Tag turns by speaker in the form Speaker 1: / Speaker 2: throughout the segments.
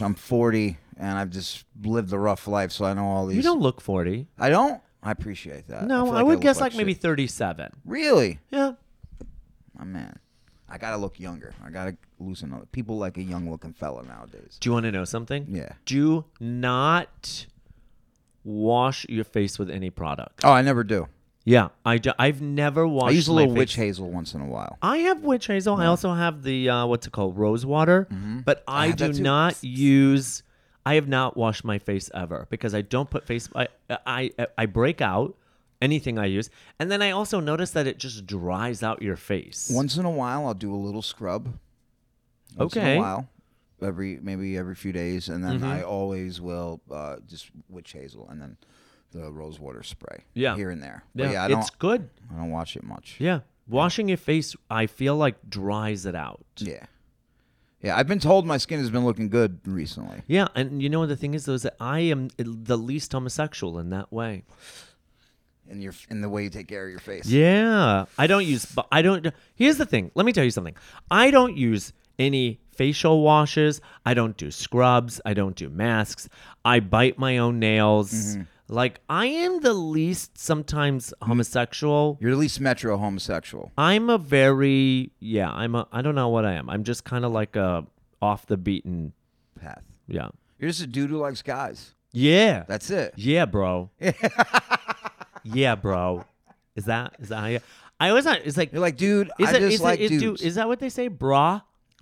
Speaker 1: I'm 40 and I've just lived a rough life, so I know all these.
Speaker 2: You don't look 40.
Speaker 1: I don't. I appreciate that.
Speaker 2: No,
Speaker 1: feel
Speaker 2: I, would
Speaker 1: look
Speaker 2: guess like,
Speaker 1: shit.
Speaker 2: maybe 37.
Speaker 1: Really,
Speaker 2: Yeah.
Speaker 1: my man. I gotta look younger. I gotta lose another. People like a young looking fella nowadays.
Speaker 2: Do you want to know something?
Speaker 1: Yeah.
Speaker 2: Do not wash your face with any product.
Speaker 1: Oh, I never do.
Speaker 2: Yeah, I do, I've never washed.
Speaker 1: I use a
Speaker 2: my
Speaker 1: little
Speaker 2: face.
Speaker 1: witch hazel once in a while.
Speaker 2: I have witch hazel. I also have the uh, what's it called, rose water. But
Speaker 1: Mm-hmm.
Speaker 2: I,
Speaker 1: have
Speaker 2: do
Speaker 1: that too.
Speaker 2: not use. I have not washed my face ever because I don't put face. I I I break out anything I use, and then I also notice that it just dries out your face.
Speaker 1: Once in a while, I'll do a little scrub. Once In
Speaker 2: Okay. Mm-hmm.
Speaker 1: a while, every maybe every few days, and then I always will uh, just witch hazel and then the rose water spray.
Speaker 2: Yeah.
Speaker 1: Here and there. But
Speaker 2: yeah,
Speaker 1: yeah I don't.
Speaker 2: it's good.
Speaker 1: I don't watch it much.
Speaker 2: Yeah, washing your face, I feel like dries it out.
Speaker 1: Yeah. Yeah, I've been told my skin has been looking good recently.
Speaker 2: Yeah, and you know what the thing is though is that I am the least homosexual in that way.
Speaker 1: in your in the way you take care of your face.
Speaker 2: Yeah, I don't use. But I don't. Here's the thing. Let me tell you something. I don't use any facial washes. I don't do scrubs. I don't do masks. I bite my own nails. Like I am the least sometimes homosexual.
Speaker 1: You're at least metro homosexual.
Speaker 2: I'm a very yeah. I'm a. I don't know what I am. I'm just kind of like a off the beaten.
Speaker 1: Path.
Speaker 2: Yeah.
Speaker 1: You're just a dude who likes guys.
Speaker 2: Yeah.
Speaker 1: That's it.
Speaker 2: Yeah, bro. yeah, bro. Is that is that? How you, I always not. It's like
Speaker 1: You're like, dude,
Speaker 2: is
Speaker 1: I
Speaker 2: it
Speaker 1: just
Speaker 2: is
Speaker 1: like
Speaker 2: it, is,
Speaker 1: dudes.
Speaker 2: dude, is that what they say? Bra?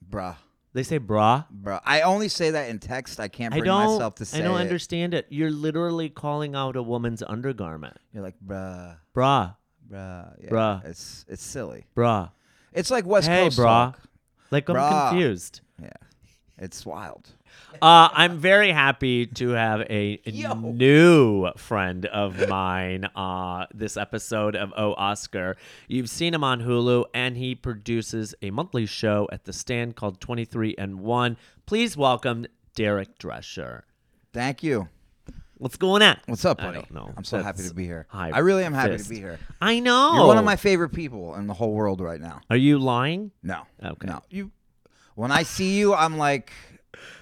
Speaker 1: bruh,
Speaker 2: They say bra.
Speaker 1: bruh. I only say that in text. I can't
Speaker 2: I
Speaker 1: bring
Speaker 2: don't.
Speaker 1: myself to say
Speaker 2: I don't
Speaker 1: it.
Speaker 2: understand it. You're literally calling out a woman's undergarment.
Speaker 1: You're like, bruh,
Speaker 2: Bra,
Speaker 1: bruh, yeah,
Speaker 2: Bruh.
Speaker 1: It's it's silly.
Speaker 2: bra.
Speaker 1: It's like West
Speaker 2: Hey,
Speaker 1: Coast
Speaker 2: bra.
Speaker 1: talk.
Speaker 2: Like I'm
Speaker 1: Bra.
Speaker 2: confused.
Speaker 1: Yeah, it's wild.
Speaker 2: Uh, I'm very happy to have a new friend of mine. Uh, this episode of Oh Oscar, you've seen him on Hulu, and he produces a monthly show at the stand called Twenty Three and One. Please welcome Derek Drescher.
Speaker 1: Thank you.
Speaker 2: What's going on?
Speaker 1: What's up,
Speaker 2: I
Speaker 1: buddy?
Speaker 2: don't know.
Speaker 1: I'm so happy
Speaker 2: That's
Speaker 1: to be here.
Speaker 2: high
Speaker 1: I really am happy
Speaker 2: fist. Oh.
Speaker 1: to be here.
Speaker 2: I know.
Speaker 1: You're one of my favorite people in the whole world right now.
Speaker 2: Are you lying?
Speaker 1: No.
Speaker 2: Okay.
Speaker 1: No. You. When I see you, I'm like,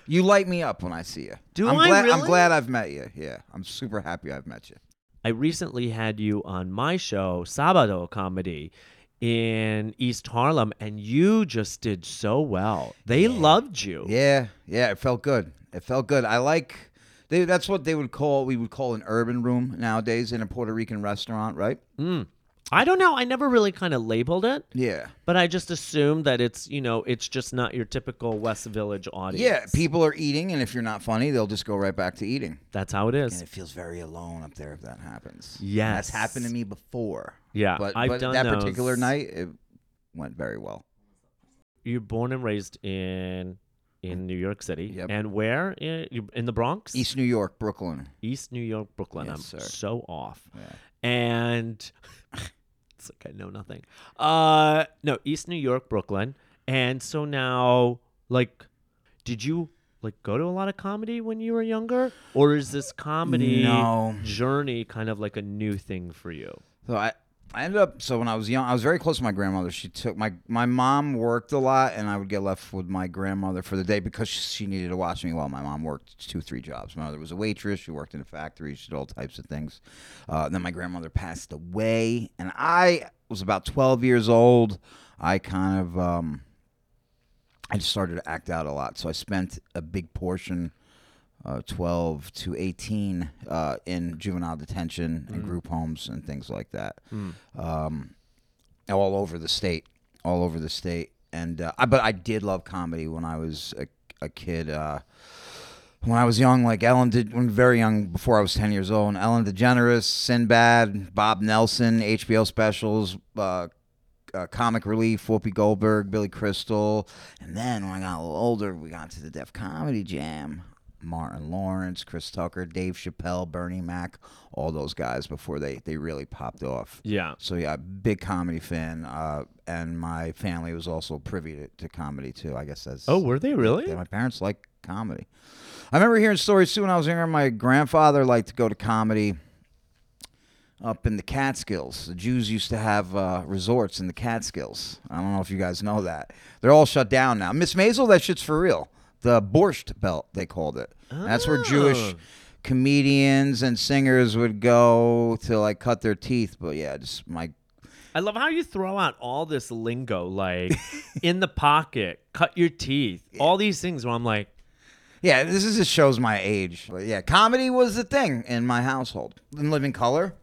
Speaker 1: you light me up when I see you.
Speaker 2: Do
Speaker 1: I'm
Speaker 2: I
Speaker 1: glad, I'm
Speaker 2: really?
Speaker 1: glad I've met you. Yeah, I'm super happy I've met you.
Speaker 2: I recently had you on my show, Sabado Comedy, in East Harlem, and you just did so well. They loved you.
Speaker 1: Yeah, yeah, it felt good. It felt good. I like. They, that's what they would call we would call an urban room nowadays in a Puerto Rican restaurant, right?
Speaker 2: I don't know. I never really kind of labeled it,
Speaker 1: Yeah.
Speaker 2: but I just assumed that it's, you know, it's just not your typical West Village audience.
Speaker 1: Yeah, people are eating, and if you're not funny, they'll just go right back to eating.
Speaker 2: That's how it
Speaker 1: And
Speaker 2: is.
Speaker 1: it feels very alone up there if that happens.
Speaker 2: Yes.
Speaker 1: that's happened to me before.
Speaker 2: Yeah,
Speaker 1: but,
Speaker 2: I've
Speaker 1: but
Speaker 2: done
Speaker 1: that
Speaker 2: those.
Speaker 1: particular night, it went very well.
Speaker 2: You're born and raised in in New York City.
Speaker 1: Yep.
Speaker 2: And where? In, you- in the Bronx?
Speaker 1: East New York, Brooklyn.
Speaker 2: East New York, Brooklyn.
Speaker 1: Yes, sir.
Speaker 2: I'm so off.
Speaker 1: Yeah.
Speaker 2: And it's like I know nothing. Uh no, East New York, Brooklyn. And so now like did you like go to a lot of comedy when you were younger or is this comedy
Speaker 1: No.
Speaker 2: journey kind of like a new thing for you?
Speaker 1: So I, I ended up. So when I was young, I was very close to my grandmother. She took my my mom worked a lot, and I would get left with my grandmother for the day because she needed to watch me while my mom worked two three jobs. My mother was a waitress. She worked in a factory. She did all types of things. Uh, then my grandmother passed away, and I was about twelve years old. I kind of um, I just started to act out a lot. So I spent a big portion uh, 12 to 18 uh, in juvenile detention and group homes and things like that um, all over the state all over the state and uh, I, but i did love comedy when i was a, a kid uh, when i was young like ellen did when very young before i was 10 years old and ellen degeneres sinbad bob nelson hbo specials uh, uh, comic relief, Whoopi Goldberg, Billy Crystal, and then when I got a little older, we got to the Def Comedy Jam. Martin Lawrence, Chris Tucker, Dave Chappelle, Bernie Mac, all those guys before they they really popped off.
Speaker 2: Yeah.
Speaker 1: So yeah, big comedy fan, uh, and my family was also privy to, to comedy too. I guess that's
Speaker 2: Oh, were they really?
Speaker 1: yeah, my parents like comedy. I remember hearing stories too when I was younger. My grandfather liked to go to comedy up in the Catskills. The Jews used to have uh, resorts in the Catskills. I don't know if you guys know that. They're all shut down now. Miss Maisel, that shit's for real. the Borscht Belt, they called it. That's where Jewish
Speaker 2: Oh.
Speaker 1: comedians and singers would go to like cut their teeth. But yeah, just my
Speaker 2: I love how you throw out all this lingo, like in the pocket, cut your teeth, all these things. Where I'm like,
Speaker 1: yeah, this is just shows my age. But yeah, comedy was the thing in my household. In Living Color,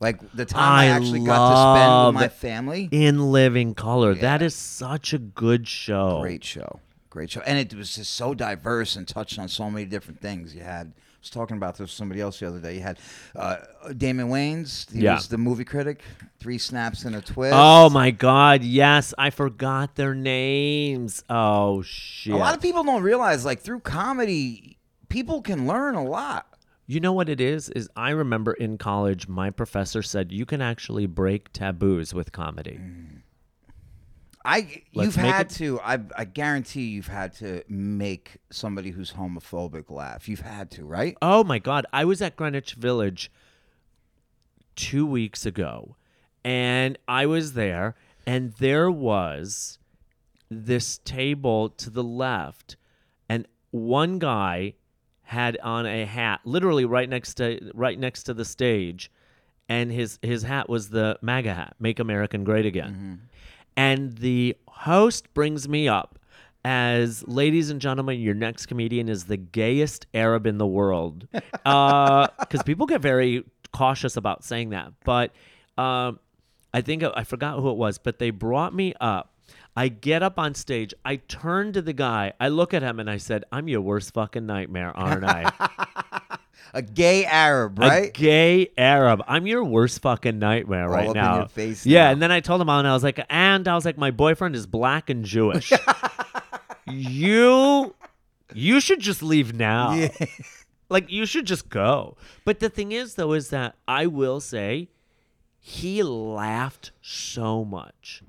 Speaker 1: like the time I,
Speaker 2: I
Speaker 1: actually got to spend
Speaker 2: love
Speaker 1: with my family.
Speaker 2: in living color. That is such a good show.
Speaker 1: Great show. Great show. And it was just so diverse and touched on so many different things. You had, I was talking about this with somebody else the other day. You had uh, Damon Wayans, he
Speaker 2: Yeah.
Speaker 1: was the movie critic, Three Snaps and a Twist.
Speaker 2: Oh my God! Yes, I forgot their names. Oh shit!
Speaker 1: A lot of people don't realize, like, through comedy, people can learn a lot.
Speaker 2: You know what it is? Is I remember in college, my professor said you can actually break taboos with comedy.
Speaker 1: I
Speaker 2: Let's
Speaker 1: you've
Speaker 2: make
Speaker 1: had
Speaker 2: it-
Speaker 1: to I I guarantee you've had to make somebody who's homophobic laugh. You've had to, right?
Speaker 2: Oh my God. I was at Greenwich Village two weeks ago and I was there and there was this table to the left and one guy had on a hat literally right next to right next to the stage and his his hat was the MAGA hat, Make American Great Again. And the host brings me up as, ladies and gentlemen, your next comedian is the gayest Arab in the world. Because people get very cautious about saying that. But um, I think I forgot who it was, but they brought me up. I get up on stage. I turn to the guy. I look at him and I said, I'm your worst fucking nightmare, aren't I?
Speaker 1: A gay Arab,
Speaker 2: A
Speaker 1: right?
Speaker 2: gay Arab. I'm your worst fucking nightmare right
Speaker 1: up in
Speaker 2: now.
Speaker 1: your face
Speaker 2: yeah,
Speaker 1: now.
Speaker 2: and then I told him all, and I was like, and I was like, my boyfriend is black and Jewish. you, you should just leave now. Like you should just go. But the thing is, though, is that I will say, he laughed so much.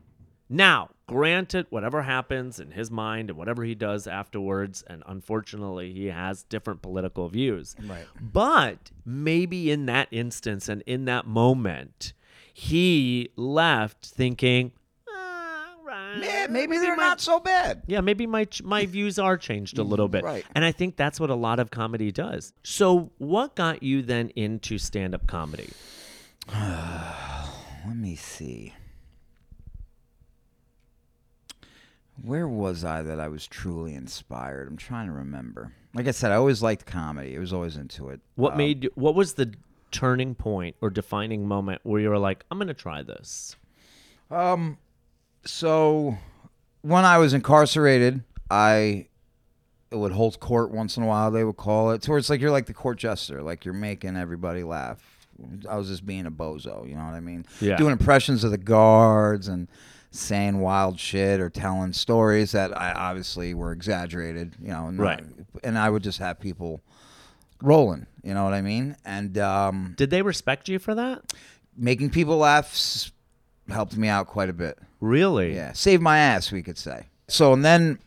Speaker 2: Now, granted, whatever happens in his mind and whatever he does afterwards, and unfortunately, he has different political views.
Speaker 1: Right.
Speaker 2: But maybe in that instance and in that moment, he left thinking, "Ah, right,
Speaker 1: Yeah, maybe they're
Speaker 2: my-
Speaker 1: not so bad.
Speaker 2: yeah, maybe my ch- my views are changed a little bit.
Speaker 1: Right.
Speaker 2: And I think that's what a lot of comedy does. So, what got you then into stand-up comedy?
Speaker 1: Let me see. Where was I that I was truly inspired? I'm trying to remember. Like I said, I always liked comedy. I was always into it.
Speaker 2: What
Speaker 1: Um,
Speaker 2: made what was the turning point or defining moment where you were like, I'm going to try this?
Speaker 1: Um, so when I was incarcerated, I would hold court once in a while. They would call it. So it's like you're like the court jester, like you're making everybody laugh. I was just being a bozo, you know what I mean?
Speaker 2: Yeah.
Speaker 1: Doing impressions of the guards and saying wild shit or telling stories that I obviously were exaggerated, you know. and-
Speaker 2: Right.
Speaker 1: And I would just have people rolling, you know what I mean? And um,
Speaker 2: Did they respect you for that?
Speaker 1: making people laugh s- helped me out quite a bit.
Speaker 2: Really?
Speaker 1: Yeah, saved my ass, we could say. So and then,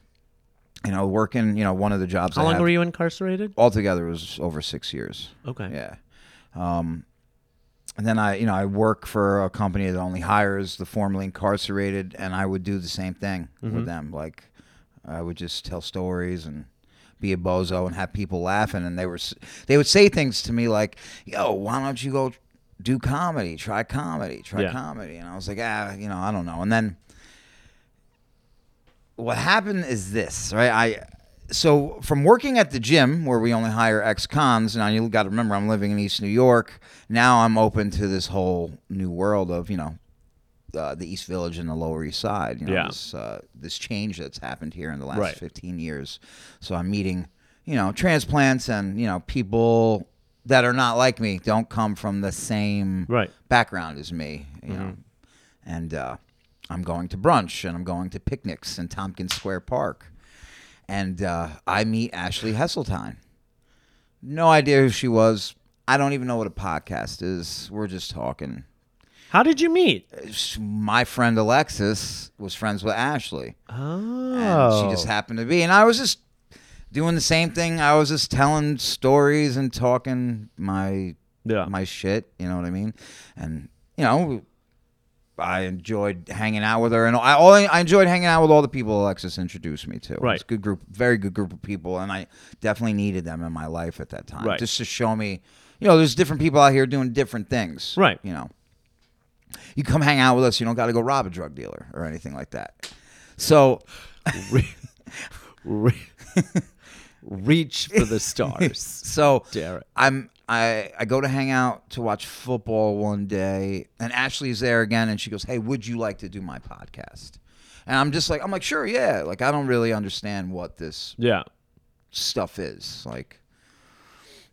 Speaker 1: you know, working, you know, one of the jobs
Speaker 2: How
Speaker 1: I
Speaker 2: long
Speaker 1: have
Speaker 2: were you incarcerated?
Speaker 1: altogether was over six years.
Speaker 2: Okay.
Speaker 1: Yeah. Um, and then I, you know, I work for a company that only hires the formerly incarcerated, and I would do the same thing
Speaker 2: Mm-hmm.
Speaker 1: with them. Like, I would just tell stories and be a bozo and have people laughing, and they were s- they would say things to me like, "Yo, why don't you go do comedy? Try comedy, try
Speaker 2: Yeah.
Speaker 1: comedy." And I was like, ah, you know, I don't know. And then what happened is this, right? I so from working at the gym where we only hire ex-cons, now you got to remember I'm living in East New York. Now I'm open to this whole new world of you know uh, the East Village and the Lower East Side. You know,
Speaker 2: Yeah.
Speaker 1: this uh, this change that's happened here in the last
Speaker 2: Right.
Speaker 1: 15 years. So I'm meeting you know transplants and you know people that are not like me don't come from the same
Speaker 2: Right.
Speaker 1: background as me, you know. And uh, I'm going to brunch and I'm going to picnics in Tompkins Square Park. And uh, I meet Ashley Hesseltine. No idea who she was. I don't even know what a podcast is. We're just talking.
Speaker 2: How did you meet?
Speaker 1: Sh- My friend Alexis was friends with Ashley. And
Speaker 2: Oh.
Speaker 1: she just happened to be. And I was just doing the same thing. I was just telling stories and talking my
Speaker 2: yeah.
Speaker 1: my shit. You know what I mean? And you know, I enjoyed hanging out with her, and I all I enjoyed hanging out with all the people Alexis introduced me to. It was
Speaker 2: Right.
Speaker 1: a good group, very good group of people, and I definitely needed them in my life at that time,
Speaker 2: Right.
Speaker 1: just to show me, you know, there's different people out here doing different things,
Speaker 2: Right.
Speaker 1: You know, you come hang out with us, you don't got to go rob a drug dealer or anything like that. So
Speaker 2: Re- re- reach for the stars.
Speaker 1: So
Speaker 2: Dare it.
Speaker 1: I'm I I go to hang out to watch football one day, and Ashley's there again, and she goes, "Hey, would you like to do my podcast?" And I'm just like, I'm like, sure, yeah. Like I don't really understand what this
Speaker 2: Yeah.
Speaker 1: stuff is. Like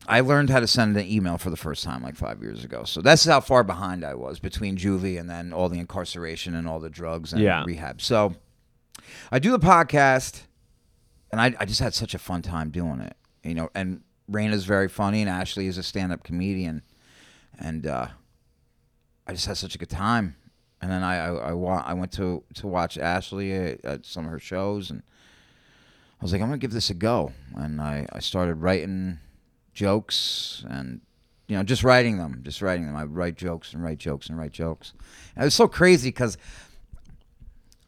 Speaker 1: I learned how to send an email for the first time like five years ago. So that's how far behind I was between juvie and then all the incarceration and all the drugs and
Speaker 2: Yeah.
Speaker 1: rehab. So I do the podcast and I, I just had such a fun time doing it. You know, and Raina's very funny and Ashley is a stand up comedian. And uh, I just had such a good time. And then I, I, I, wa- I went to, to watch Ashley at, at some of her shows and I was like, I'm gonna give this a go, and I, I started writing jokes and you know just writing them, just writing them. I would write jokes and write jokes and write jokes. And it was so crazy because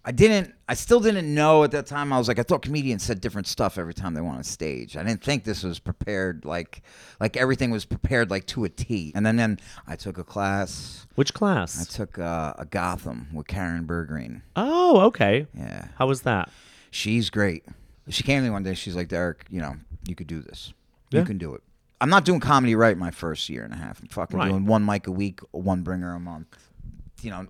Speaker 1: I didn't, I still didn't know at that time. I was like, I thought comedians said different stuff every time they went on stage. I didn't think this was prepared like like everything was prepared like to a T. And then then I took a class.
Speaker 2: Which
Speaker 1: I
Speaker 2: class?
Speaker 1: took uh, a Gotham with Karen Bergreen.
Speaker 2: Oh, okay.
Speaker 1: Yeah.
Speaker 2: How was that?
Speaker 1: She's great. She came to me one day. She's like, Derek, you know, you could do this.
Speaker 2: Yeah.
Speaker 1: You can do it. I'm not doing comedy right my first year and a half. I'm fucking
Speaker 2: Right.
Speaker 1: doing one mic a week, one bringer a month. You know,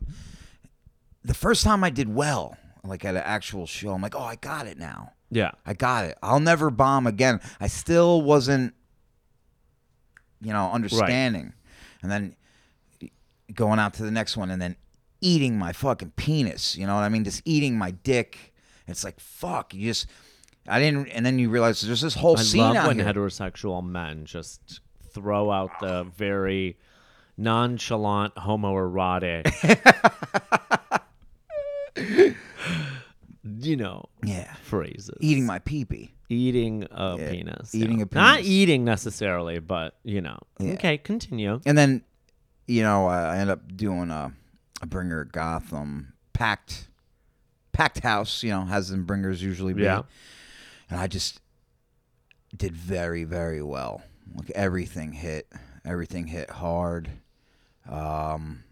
Speaker 1: the first time I did well, like at an actual show, I'm like, oh, I got it now.
Speaker 2: Yeah.
Speaker 1: I got it. I'll never bomb again. I still wasn't, you know, understanding. And then going out to the next one and then eating my fucking penis. You know what I mean? Just eating my dick. It's like, fuck, you just, I didn't, and then you realize there's this whole
Speaker 2: I
Speaker 1: scene
Speaker 2: love
Speaker 1: out
Speaker 2: when
Speaker 1: here.
Speaker 2: heterosexual men just throw out the very nonchalant homoerotic. you know,
Speaker 1: yeah.
Speaker 2: phrases.
Speaker 1: Eating my peepee.
Speaker 2: eating a penis.
Speaker 1: eating a
Speaker 2: Not
Speaker 1: penis.
Speaker 2: eating necessarily, but you know. Okay, continue.
Speaker 1: And then, you know, I I end up doing a, a bringer at Gotham, packed, packed house, you know, has them bringers usually be.
Speaker 2: Yeah.
Speaker 1: and I just did very very well. Like everything hit, everything hit hard. Um,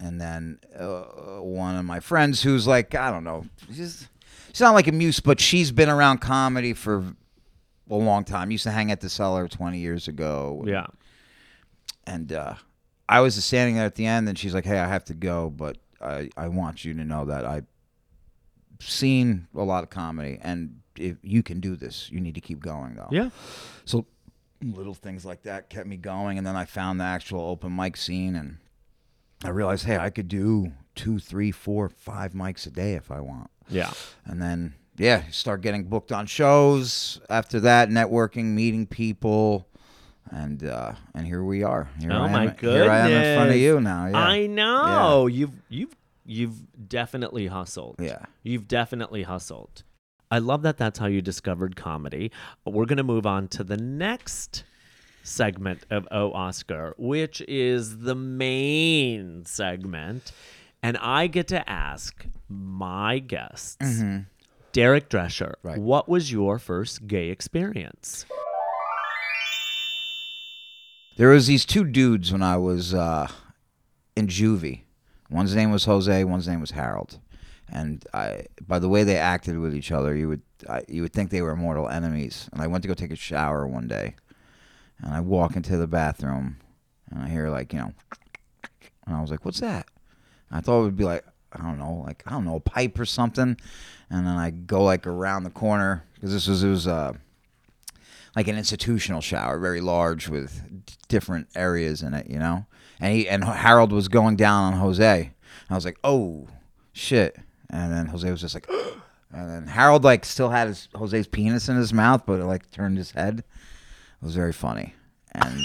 Speaker 1: and then uh, one of my friends who's like I don't know, she's she's not like a muse, but she's been around comedy for a long time. Used to hang at the cellar twenty years ago,
Speaker 2: Yeah.
Speaker 1: and uh, I was just standing there at the end, and she's like, "Hey, I have to go, but I, I want you to know that I've seen a lot of comedy, and if you can do this, you need to keep going, though."
Speaker 2: Yeah.
Speaker 1: So little things like that kept me going, and then I found the actual open mic scene, and I realized, hey, I could do two, three, four, five mics a day if I want
Speaker 2: Yeah.
Speaker 1: and then yeah, you start getting booked on shows. After that, networking, meeting people, and uh, and here we are. Here
Speaker 2: Oh
Speaker 1: I am,
Speaker 2: my
Speaker 1: Here I am in front of
Speaker 2: goodness.
Speaker 1: you now. Yeah,
Speaker 2: I know. You've you've you've definitely hustled.
Speaker 1: yeah.
Speaker 2: You've definitely hustled. I love that that's how you discovered comedy. We're going to move on to the next segment of O Oscar, which is the main segment. And I get to ask my guests, Derek Drescher,
Speaker 1: Mm-hmm. Right.
Speaker 2: what was your first gay experience?
Speaker 1: There was these two dudes when I was uh, in juvie. One's name was Jose. One's name was Harold. And I, by the way they acted with each other, you would I, you would think they were mortal enemies. And I went to go take a shower one day, and I walk into the bathroom, and I hear like you know, and I was like, "What's that?" And I thought it would be like I don't know, like I don't know, a pipe or something. And then I go like around the corner because this was it was uh, like an institutional shower, very large with d- different areas in it, you know. And he and Harold was going down on Jose. And I was like, "Oh shit!" And then Jose was just like, and then Harold like still had his Jose's penis in his mouth, but it like turned his head. It was very funny, and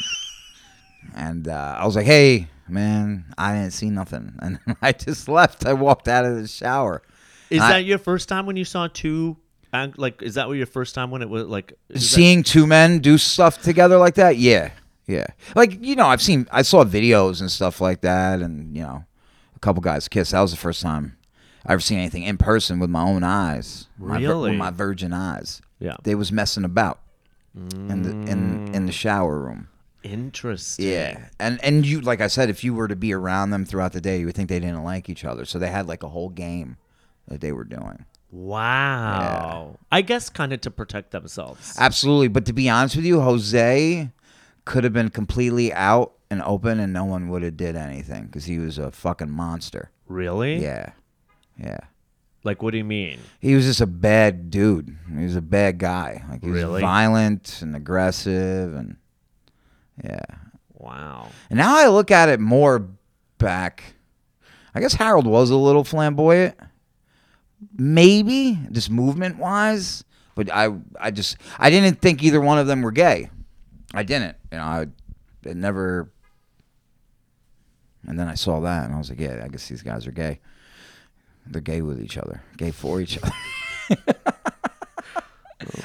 Speaker 1: and uh, I was like, "Hey, man, I didn't see nothing," and I just left. I walked out of the shower.
Speaker 2: Is
Speaker 1: I-
Speaker 2: that your first time when you saw two? ac- Like, is that what your first time when it was like? is that-
Speaker 1: seeing two men do stuff together like that yeah yeah like you know i've seen i saw videos and stuff like that and you know a couple guys kiss. That was the first time I ever seen anything in person with my own eyes, my vir-
Speaker 2: Really?
Speaker 1: with my virgin eyes.
Speaker 2: Yeah.
Speaker 1: they was messing about in the in in the shower
Speaker 2: Mm.
Speaker 1: room.
Speaker 2: Interesting.
Speaker 1: Yeah, and and you like I said, if you were to be around them throughout the day, you would think they didn't like each other. So they had like a whole game that they were doing.
Speaker 2: Wow. I guess kind of to protect themselves.
Speaker 1: Absolutely, but to be honest with you, Jose could have been completely out and open, and no one would have did anything because he was a fucking monster.
Speaker 2: really?
Speaker 1: Yeah, yeah.
Speaker 2: Like, what do you mean?
Speaker 1: He was just a bad dude. He was a bad guy. Like he was
Speaker 2: Really?
Speaker 1: violent and aggressive, and yeah.
Speaker 2: Wow.
Speaker 1: And now I look at it more back. I guess Harold was a little flamboyant. Maybe just movement wise, but I I just I didn't think either one of them were gay. I didn't. You know, I it never And then I saw that and I was like, yeah, I guess these guys are gay. They're gay with each other. Gay for each other.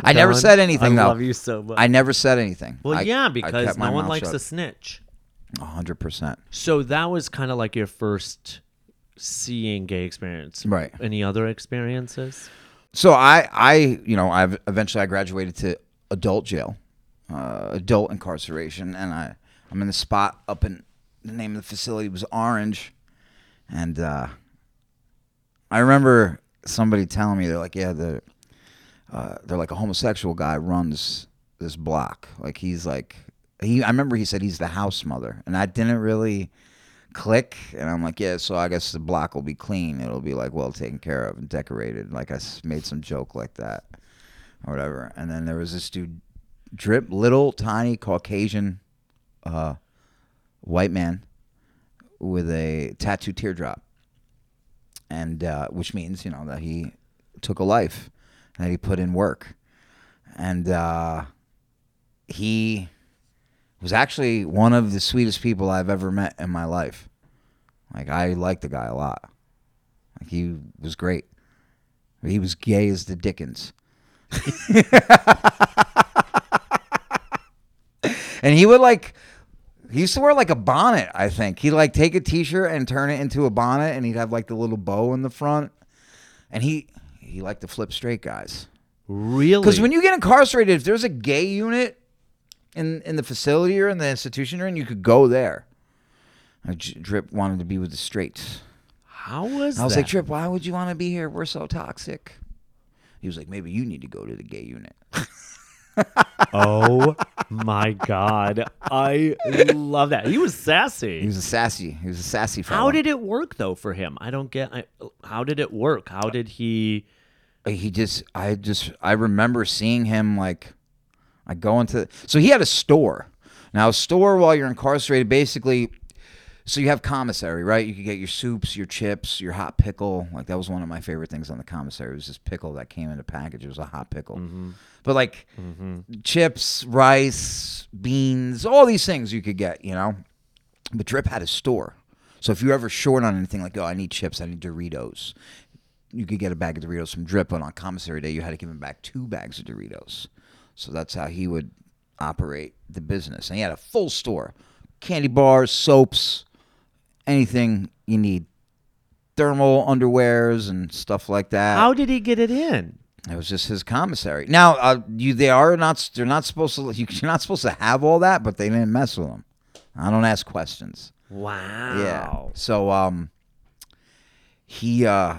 Speaker 1: I never
Speaker 2: Don,
Speaker 1: said anything
Speaker 2: I
Speaker 1: though.
Speaker 2: love you so much.
Speaker 1: I never said anything.
Speaker 2: well,
Speaker 1: I- I
Speaker 2: yeah,
Speaker 1: kept
Speaker 2: because
Speaker 1: my
Speaker 2: no one
Speaker 1: mouth
Speaker 2: likes
Speaker 1: shut.
Speaker 2: to snitch.
Speaker 1: A hundred percent.
Speaker 2: So that was kind of like your first seeing gay experience.
Speaker 1: Right.
Speaker 2: Any other experiences?
Speaker 1: so I, I, you know, I've eventually I graduated to adult jail, uh, adult incarceration, and I, I'm in the spot up in the name of the facility was Orange, and uh, I remember somebody telling me they're like, yeah, the, uh, they're like a homosexual guy runs this block, like he's like, he, I remember he said he's the house mother, and I didn't really click and i'm like yeah so i guess the block will be clean it'll be like well taken care of and decorated like i s- made some joke like that or whatever and then there was this dude drip little tiny caucasian uh white man with a tattoo teardrop and uh which means you know that he took a life and that he put in work and uh he was actually one of the sweetest people I've ever met in my life. Like I liked the guy a lot. Like he was great. He was gay as the Dickens. and he would like he used to wear like a bonnet, I think. He'd like take a t shirt and turn it into a bonnet and he'd have like the little bow in the front. And he he liked to flip straight guys.
Speaker 2: Really?
Speaker 1: Because when you get incarcerated, if there's a gay unit in in the facility or in the institution you're in, you could go there. And J- Drip wanted to be with the straights.
Speaker 2: how was
Speaker 1: I was
Speaker 2: that?
Speaker 1: like, Drip, why would you want to be here? We're so toxic. He was like, maybe you need to go to the gay unit.
Speaker 2: oh my god, I love that. He was
Speaker 1: He
Speaker 2: sassy.
Speaker 1: was a sassy. He was a sassy.
Speaker 2: how
Speaker 1: fellow.
Speaker 2: did it work though for him? I don't get. I, how did it work?
Speaker 1: Uh,
Speaker 2: How did he?
Speaker 1: he just? I just I remember seeing him like I go into so he had a store. Now a store while you're incarcerated, basically so you have commissary, right? You could get your soups, your chips, your hot pickle. Like that was one of my favorite things on the commissary was this pickle that came in a package. It was a hot pickle. But like chips, rice, beans, all these things you could get, you know. But Drip had a store. So if you're ever short on anything like, oh, I need chips, I need Doritos, you could get a bag of Doritos from Drip, but on commissary day you had to give him back two bags of Doritos. So that's how he would operate the business. And he had a full store. Candy bars, soaps, anything you need. Thermal underwears and stuff like that.
Speaker 2: How did he get it in?
Speaker 1: It was just his commissary. Now, uh, you they are not they're not supposed to you're not supposed to have all that, but they didn't mess with him. I don't ask questions.
Speaker 2: Wow.
Speaker 1: Yeah. So um he uh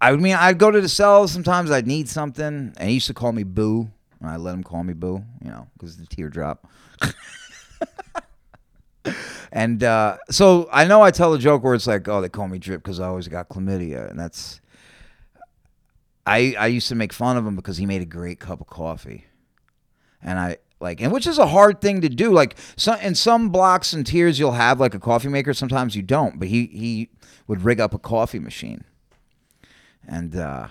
Speaker 1: I mean I'd go to the cells sometimes I'd need something and he used to call me boo and I let him call me boo, you know, cuz the teardrop. and uh so I know I tell the joke where it's like, "Oh, they call me drip cuz I always got chlamydia." And that's I I used to make fun of him because he made a great cup of coffee and I like and which is a hard thing to do like some in some blocks and tiers you'll have like a coffee maker sometimes you don't but he he would rig up a coffee machine and uh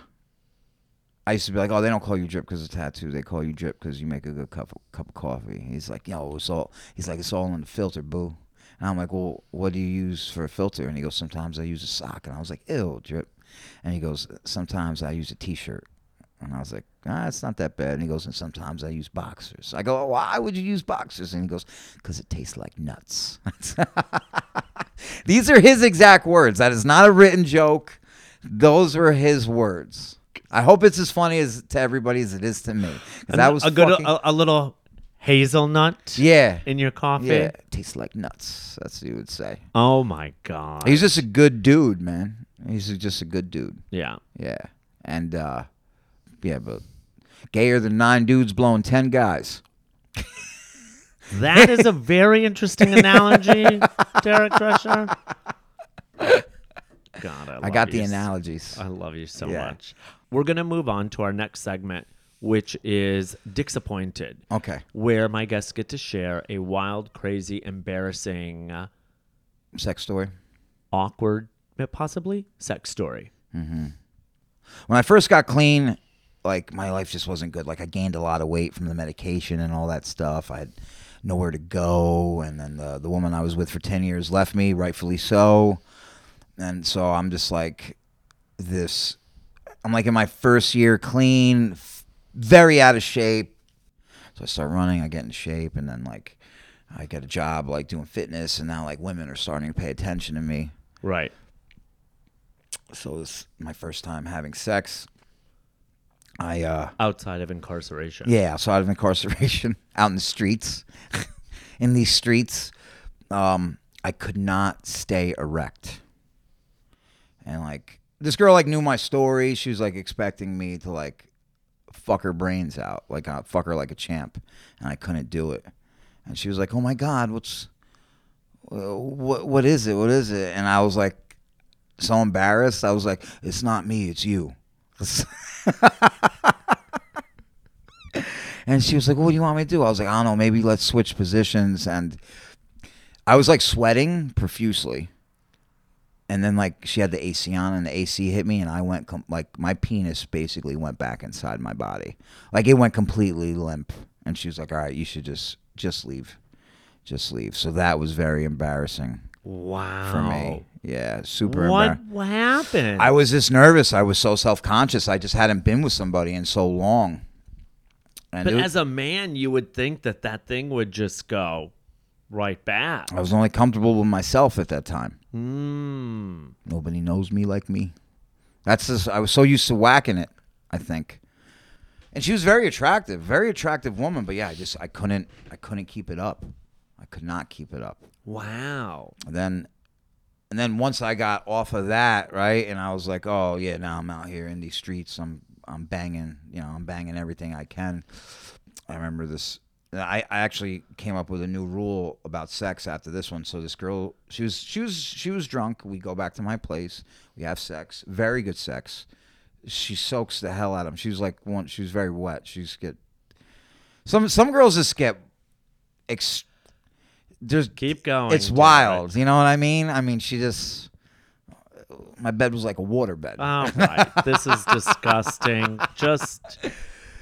Speaker 1: I used to be like, oh, they don't call you drip because of tattoo. They call you drip because you make a good cup of, cup of coffee. He's like, yo, it's all. He's like, it's all in the filter, boo. And I'm like, well, what do you use for a filter? And he goes, sometimes I use a sock. And I was like, ill drip. And he goes, sometimes I use a t-shirt. And I was like, ah, it's not that bad. And he goes, and sometimes I use boxers. I go, why would you use boxers? And he goes, because it tastes like nuts. These are his exact words. That is not a written joke. Those were his words. I hope it's as funny as to everybody as it is to me. 'Cause that was
Speaker 2: a good uh,
Speaker 1: fucking-
Speaker 2: a, a little hazelnut
Speaker 1: yeah,
Speaker 2: in your coffee.
Speaker 1: yeah. Tastes like nuts. That's what you would say.
Speaker 2: Oh my god.
Speaker 1: He's just a good dude, man. He's just a good dude.
Speaker 2: yeah.
Speaker 1: Yeah. And uh yeah, but gayer than nine dudes blowing ten guys.
Speaker 2: That is a very interesting analogy, Derek Crusher. God, I, love
Speaker 1: I got the
Speaker 2: you so-
Speaker 1: analogies.
Speaker 2: I love you so
Speaker 1: Yeah.
Speaker 2: much. We're gonna move on to our next segment, which is Disappointed,
Speaker 1: Okay.
Speaker 2: where my guests get to share a wild, crazy, embarrassing, uh,
Speaker 1: Sex story.
Speaker 2: awkward, but possibly sex story.
Speaker 1: When I first got clean, like my life just wasn't good. Like I gained a lot of weight from the medication and all that stuff. I had nowhere to go and then the the woman I was with for 10 years left me, rightfully so. And so I'm just like this I'm like in my first year clean, f- very out of shape. So I start running, I get in shape, and then like I get a job like doing fitness, and now like women are starting to pay attention to me.
Speaker 2: Right.
Speaker 1: So this is my first time having sex. I uh
Speaker 2: Outside of incarceration.
Speaker 1: yeah, outside of incarceration, out in the streets, in these streets, um, I could not stay erect. And like this girl, like knew my story. She was like expecting me to like fuck her brains out, like uh, fuck her like a champ, and I couldn't do it. And she was like, "Oh my god, what's uh, what? What is it? What is it?" And I was like, so embarrassed. I was like, "It's not me. It's you." And she was like, "What do you want me to do?" I was like, "I don't know. Maybe let's switch positions." And I was like sweating profusely. And then like she had the AC on, and the AC hit me, and I went com- like my penis basically went back inside my body, like it went completely limp. And she was like, "All right, you should just just leave, just leave." So that was very embarrassing
Speaker 2: Wow.
Speaker 1: for me. Yeah, super.
Speaker 2: Oh. What,
Speaker 1: embar-
Speaker 2: what happened?
Speaker 1: I was just nervous. I was so self conscious. I just hadn't been with somebody in so long. And
Speaker 2: but
Speaker 1: it-
Speaker 2: as a man, you would think that that thing would just go right back.
Speaker 1: I was only comfortable with myself at that time.
Speaker 2: Mm.
Speaker 1: Nobody knows me like me. That's just, I was so used to whacking it, I think. And she was very attractive, very attractive woman, but yeah, I just I couldn't I couldn't keep it up. I could not keep it up.
Speaker 2: Wow.
Speaker 1: And then and then once I got off of that, right? And I was like, "Oh, yeah, now I'm out here in these streets. I'm I'm banging, you know, I'm banging everything I can." I remember this I, I actually came up with a new rule about sex after this one. So this girl, she was she was she was drunk. We go back to my place. We have sex. Very good sex. She soaks the hell out of him. She was like one. She was very wet. She's get some some girls just get ex. There's
Speaker 2: Keep going.
Speaker 1: it's
Speaker 2: Derek.
Speaker 1: wild. You know what I mean? I mean, she just. My bed was like a water bed.
Speaker 2: All right. This is disgusting. Just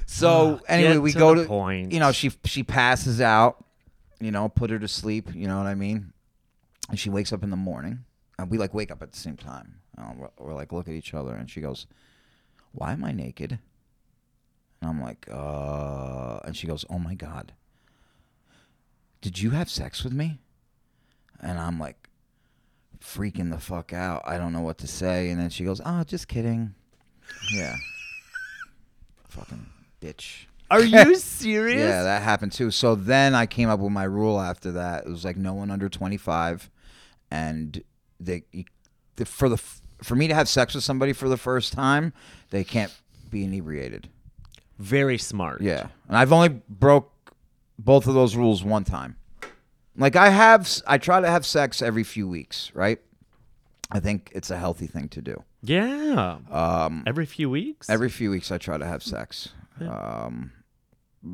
Speaker 1: so Oh, anyway,
Speaker 2: uh, get
Speaker 1: we
Speaker 2: to
Speaker 1: go
Speaker 2: the
Speaker 1: to
Speaker 2: point.
Speaker 1: you know she she passes out, you know, put her to sleep. You know what I mean? And she wakes up in the morning, and we like wake up at the same time. And we're, we're like look at each other, and she goes, "Why am I naked?" And I'm like, "Uh," and she goes, "Oh my god, did you have sex with me?" And I'm like, freaking the fuck out. I don't know what to say. And then she goes, "Oh, just kidding." Yeah. Fucking bitch.
Speaker 2: Are you serious?
Speaker 1: Yeah, that happened too. So then I came up with my rule after that. It was like no one under 25, and they the- for the for me to have sex with somebody for the first time, they can't be inebriated.
Speaker 2: Very smart.
Speaker 1: Yeah, and I've only broke both of those rules one time. Like I have, s- I try to have sex every few weeks, right? I think it's a healthy thing to do.
Speaker 2: Yeah.
Speaker 1: Um,
Speaker 2: Every few weeks.
Speaker 1: Every few weeks, I try to have sex. Um,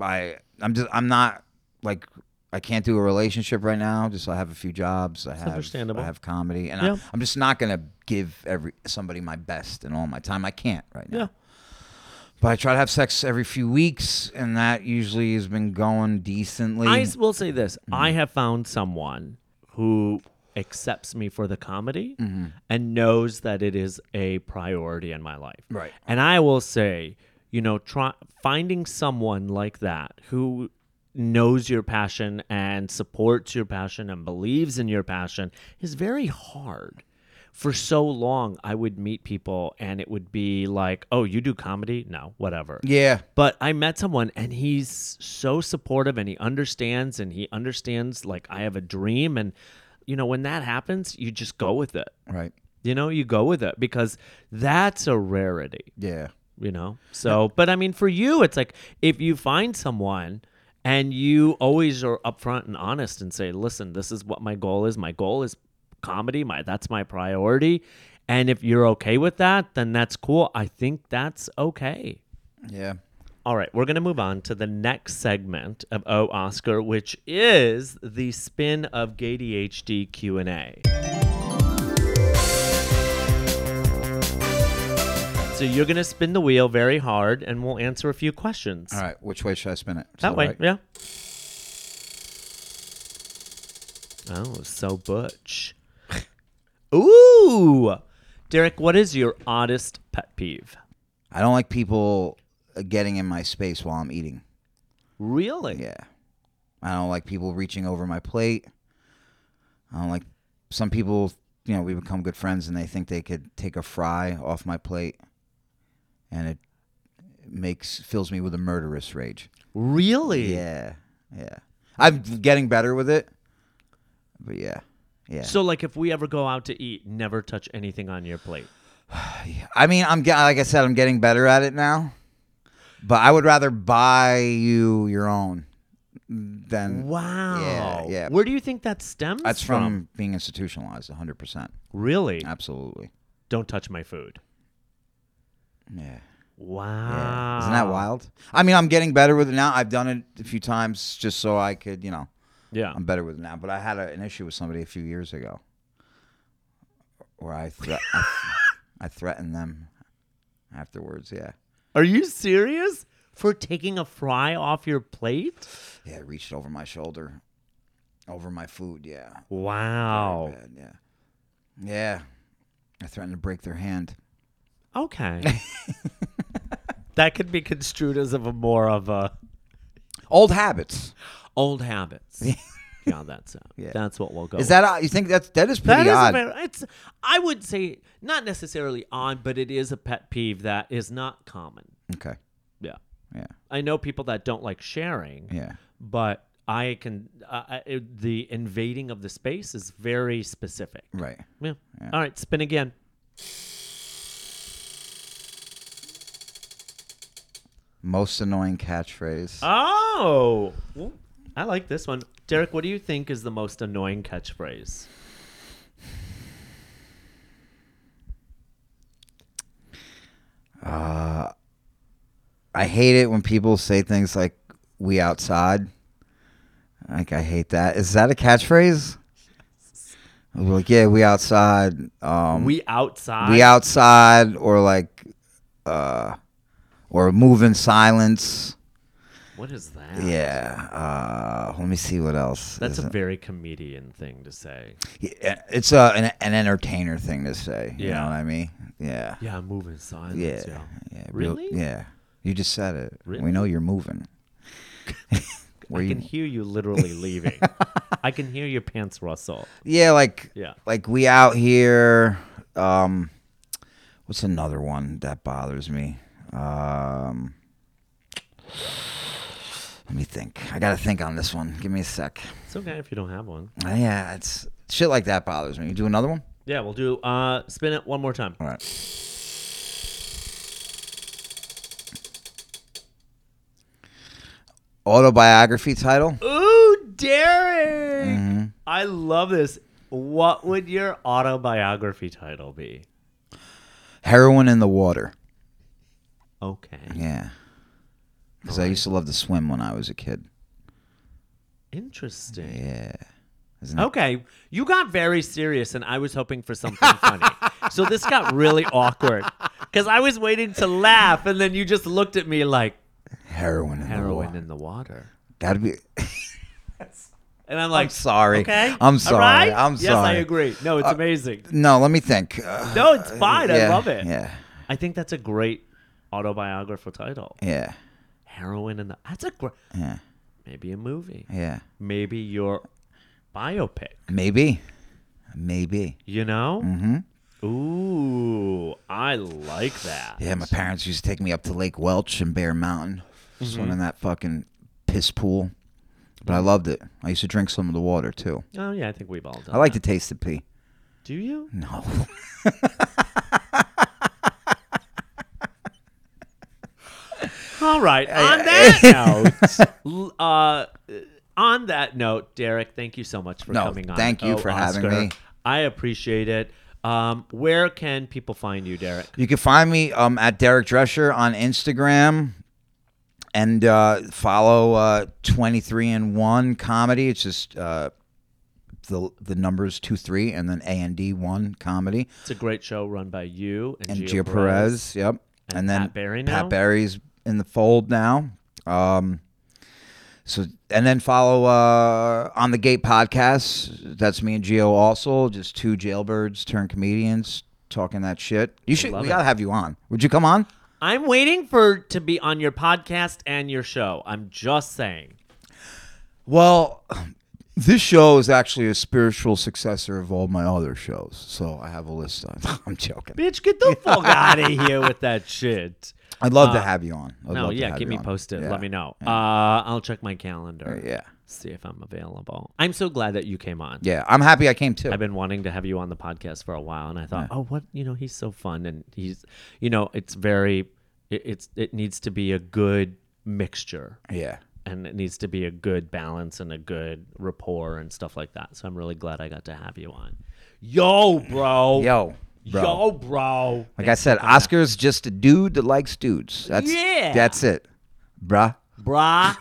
Speaker 1: I I'm just I'm not like I can't do a relationship right now. Just I have a few jobs. I have
Speaker 2: understandable.
Speaker 1: I have comedy, and
Speaker 2: Yeah.
Speaker 1: I, I'm just not gonna give every somebody my best and all my time. I can't right now.
Speaker 2: Yeah.
Speaker 1: But I try to have sex every few weeks, and that usually has been going decently.
Speaker 2: I s- will say this:
Speaker 1: Mm-hmm.
Speaker 2: I have found someone who accepts me for the comedy
Speaker 1: Mm-hmm.
Speaker 2: and knows that it is a priority in my life.
Speaker 1: Right.
Speaker 2: And I will say, you know, try, finding someone like that who knows your passion and supports your passion and believes in your passion is very hard. For so long, I would meet people and it would be like, oh, you do comedy? No, whatever.
Speaker 1: Yeah.
Speaker 2: But I met someone and he's so supportive and he understands and he understands like I have a dream. And, you know, when that happens, you just go with it.
Speaker 1: Right.
Speaker 2: You know, you go with it because that's a rarity
Speaker 1: Yeah.
Speaker 2: you know so but i mean for you it's like if you find someone and you always are upfront and honest and say listen this is what my goal is my goal is comedy my that's my priority and if you're okay with that then that's cool i think that's okay
Speaker 1: Yeah.
Speaker 2: all right we're going to move on to the next segment of o oscar which is the spin of gay dhd q&a so you're going to spin the wheel very hard and we'll answer a few questions
Speaker 1: All right. Which way should I spin it? To
Speaker 2: that
Speaker 1: the
Speaker 2: way,
Speaker 1: right?
Speaker 2: yeah. Oh, so butch. Ooh, Derek, what is your oddest pet peeve?
Speaker 1: I don't like people uh, getting in my space while I'm eating.
Speaker 2: Really?
Speaker 1: Yeah. I don't like people reaching over my plate. I don't like some people, you know, we become good friends and they think they could take a fry off my plate and it makes fills me with a murderous rage.
Speaker 2: Really?
Speaker 1: Yeah. Yeah. I'm getting better with it. But yeah. Yeah.
Speaker 2: So, like, if we ever go out to eat, never touch anything on your plate.
Speaker 1: I mean, I'm ge- like I said, I'm getting better at it now. But I would rather buy you your own than
Speaker 2: Wow.
Speaker 1: yeah.
Speaker 2: Where do you think that stems
Speaker 1: that's from being institutionalized 100%.
Speaker 2: Really?
Speaker 1: Absolutely.
Speaker 2: Don't touch my food.
Speaker 1: Yeah.
Speaker 2: Wow.
Speaker 1: yeah. Isn't
Speaker 2: Ah.
Speaker 1: that wild? I mean, I'm getting better with it now. I've done it a few times just so I could, you know,
Speaker 2: Yeah.
Speaker 1: I'm better with it now. But I had a, an issue with somebody a few years ago where I, thre- I, I threatened them afterwards. Yeah.
Speaker 2: Are you serious? For taking a fry off your plate?
Speaker 1: Yeah, I reached over my shoulder, over my food. Yeah. Very
Speaker 2: Wow.
Speaker 1: bad, yeah. Yeah. I threatened to break their hand.
Speaker 2: Okay. that could be construed as of a more of a
Speaker 1: Old habits.
Speaker 2: old habits. yeah, that's it.
Speaker 1: Yeah.
Speaker 2: That's what we'll go.
Speaker 1: Is that odd? You think that's that is
Speaker 2: with.
Speaker 1: pretty
Speaker 2: That is
Speaker 1: odd?
Speaker 2: a very- it's I would say not necessarily odd, but it is a pet peeve that is not common.
Speaker 1: okay.
Speaker 2: Yeah.
Speaker 1: Yeah.
Speaker 2: I know people that don't like sharing,
Speaker 1: Yeah.
Speaker 2: but I can uh, I, it- the invading of the space is very specific.
Speaker 1: Right.
Speaker 2: Yeah. All right, spin again.
Speaker 1: Most annoying catchphrase.
Speaker 2: Oh, Well, I like this one. Derek, what do you think is the most annoying catchphrase?
Speaker 1: I hate it when people say things like "we outside." Like I hate that. Is that a catchphrase? I'll be Like yeah, we outside. Um,
Speaker 2: we outside.
Speaker 1: we outside or like, uh, or move in silence.
Speaker 2: What is that?
Speaker 1: Yeah. Uh, let me see what else.
Speaker 2: That's
Speaker 1: is
Speaker 2: a very comedian thing to say.
Speaker 1: Yeah, it's a an, an entertainer thing to say. You
Speaker 2: Yeah.
Speaker 1: know what I mean? Yeah.
Speaker 2: Yeah, moving silence.
Speaker 1: Yeah.
Speaker 2: Yeah.
Speaker 1: yeah. real-
Speaker 2: Really?
Speaker 1: yeah. You just said it. We
Speaker 2: Really?
Speaker 1: know you're moving. Where
Speaker 2: I
Speaker 1: you?
Speaker 2: can hear you literally leaving. I can hear your pants rustle.
Speaker 1: yeah, like
Speaker 2: Yeah.
Speaker 1: like we out here. Um, what's another one that bothers me? Um, let me think. I gotta think on this one. Give me a sec.
Speaker 2: It's okay if you don't have one.
Speaker 1: Uh, Yeah, it's shit like that bothers me. You do another one.
Speaker 2: Yeah, we'll do uh spin it one more time.
Speaker 1: All right. Autobiography title. Mm-hmm.
Speaker 2: Ooh, Derek!
Speaker 1: Mm.
Speaker 2: I love this. What would your autobiography title be?
Speaker 1: Heroin in the water.
Speaker 2: Okay.
Speaker 1: Yeah. Because I used to love to swim when I was a kid.
Speaker 2: Interesting.
Speaker 1: Yeah. Isn't that
Speaker 2: Okay, you got very serious, and I was hoping for something funny. So this got really awkward because I was waiting to laugh, and then you just looked at me like
Speaker 1: heroin in the
Speaker 2: heroin
Speaker 1: water?
Speaker 2: in the water,
Speaker 1: That'd be.
Speaker 2: and I'm like,
Speaker 1: I'm sorry.
Speaker 2: Okay,
Speaker 1: I'm
Speaker 2: all
Speaker 1: sorry.
Speaker 2: right?
Speaker 1: I'm
Speaker 2: yes, I
Speaker 1: sorry.
Speaker 2: agree. No, it's amazing.
Speaker 1: No, let me think. Uh,
Speaker 2: No, it's fine. I
Speaker 1: yeah,
Speaker 2: love it.
Speaker 1: Yeah.
Speaker 2: I think that's a great autobiographical title.
Speaker 1: Yeah.
Speaker 2: Heroin in the. That's a great.
Speaker 1: Yeah.
Speaker 2: Maybe a movie.
Speaker 1: Yeah.
Speaker 2: Maybe your biopic.
Speaker 1: Maybe. Maybe.
Speaker 2: You know? Mm-hmm. Ooh, I like that.
Speaker 1: Mm. Yeah, my parents used to take me up to Lake Welch and Bear Mountain,
Speaker 2: Mm-hmm.
Speaker 1: swim in that fucking piss pool. But I loved it. I used to drink some of the water too.
Speaker 2: Oh yeah, I think we've all done.
Speaker 1: I like to taste the pee.
Speaker 2: that. Do you?
Speaker 1: No.
Speaker 2: All right. On that note, l- uh, on that note, Derek, thank you so much for
Speaker 1: No,
Speaker 2: coming on.
Speaker 1: thank you
Speaker 2: Oh,
Speaker 1: for having
Speaker 2: Oscar.
Speaker 1: me.
Speaker 2: I appreciate it. Um, where can people find you, Derek?
Speaker 1: You can find me um, at Derek Drescher on Instagram and uh, follow uh, 23 and 1 comedy. It's just uh, the the numbers 2 3 and then A and D 1 comedy.
Speaker 2: It's a great show run by you and,
Speaker 1: And
Speaker 2: Gio
Speaker 1: Gio Perez. Yep.
Speaker 2: And
Speaker 1: And, then
Speaker 2: Pat Barry now?
Speaker 1: Pat Barry's in the fold now. Um, so and then follow uh, on the Gate podcast. That's me and Gio also, just two jailbirds turned comedians talking that shit. You should
Speaker 2: love
Speaker 1: we
Speaker 2: it.
Speaker 1: gotta have you on. Would you come on?
Speaker 2: I'm waiting for to be on your podcast and your show. I'm just saying.
Speaker 1: Well, this show is actually a spiritual successor of all my other shows, so I have a list. On. I'm joking.
Speaker 2: Bitch, get the fuck out of here with that shit.
Speaker 1: I'd love to have you on. I'd
Speaker 2: Uh, No,
Speaker 1: love to
Speaker 2: yeah,
Speaker 1: have
Speaker 2: keep
Speaker 1: you
Speaker 2: me
Speaker 1: on.
Speaker 2: posted.
Speaker 1: Yeah.
Speaker 2: Let me know. Uh, I'll check my calendar.
Speaker 1: Yeah,
Speaker 2: See if I'm available. I'm so glad that you came on.
Speaker 1: yeah. I'm happy I came too.
Speaker 2: I've been wanting to have you on the podcast for a while, and I thought, oh, what you know, he's so fun, and he's, you know, it's very, it, it's it needs to be a good mixture,
Speaker 1: yeah,
Speaker 2: and it needs to be a good balance and a good rapport and stuff like that. So I'm really glad I got to have you on. Yo, bro.
Speaker 1: yo, bro.
Speaker 2: Yo, bro.
Speaker 1: Like I said, Oscar's just a dude that likes dudes. That's
Speaker 2: Yeah.
Speaker 1: That's it, bruh.
Speaker 2: brah,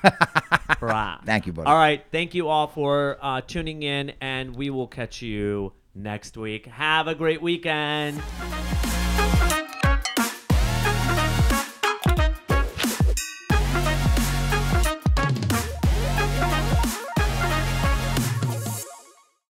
Speaker 2: brah.
Speaker 1: Thank you, buddy.
Speaker 2: All right, thank you all for uh, tuning in, and we will catch you next week. Have a great weekend.
Speaker 3: Thank you.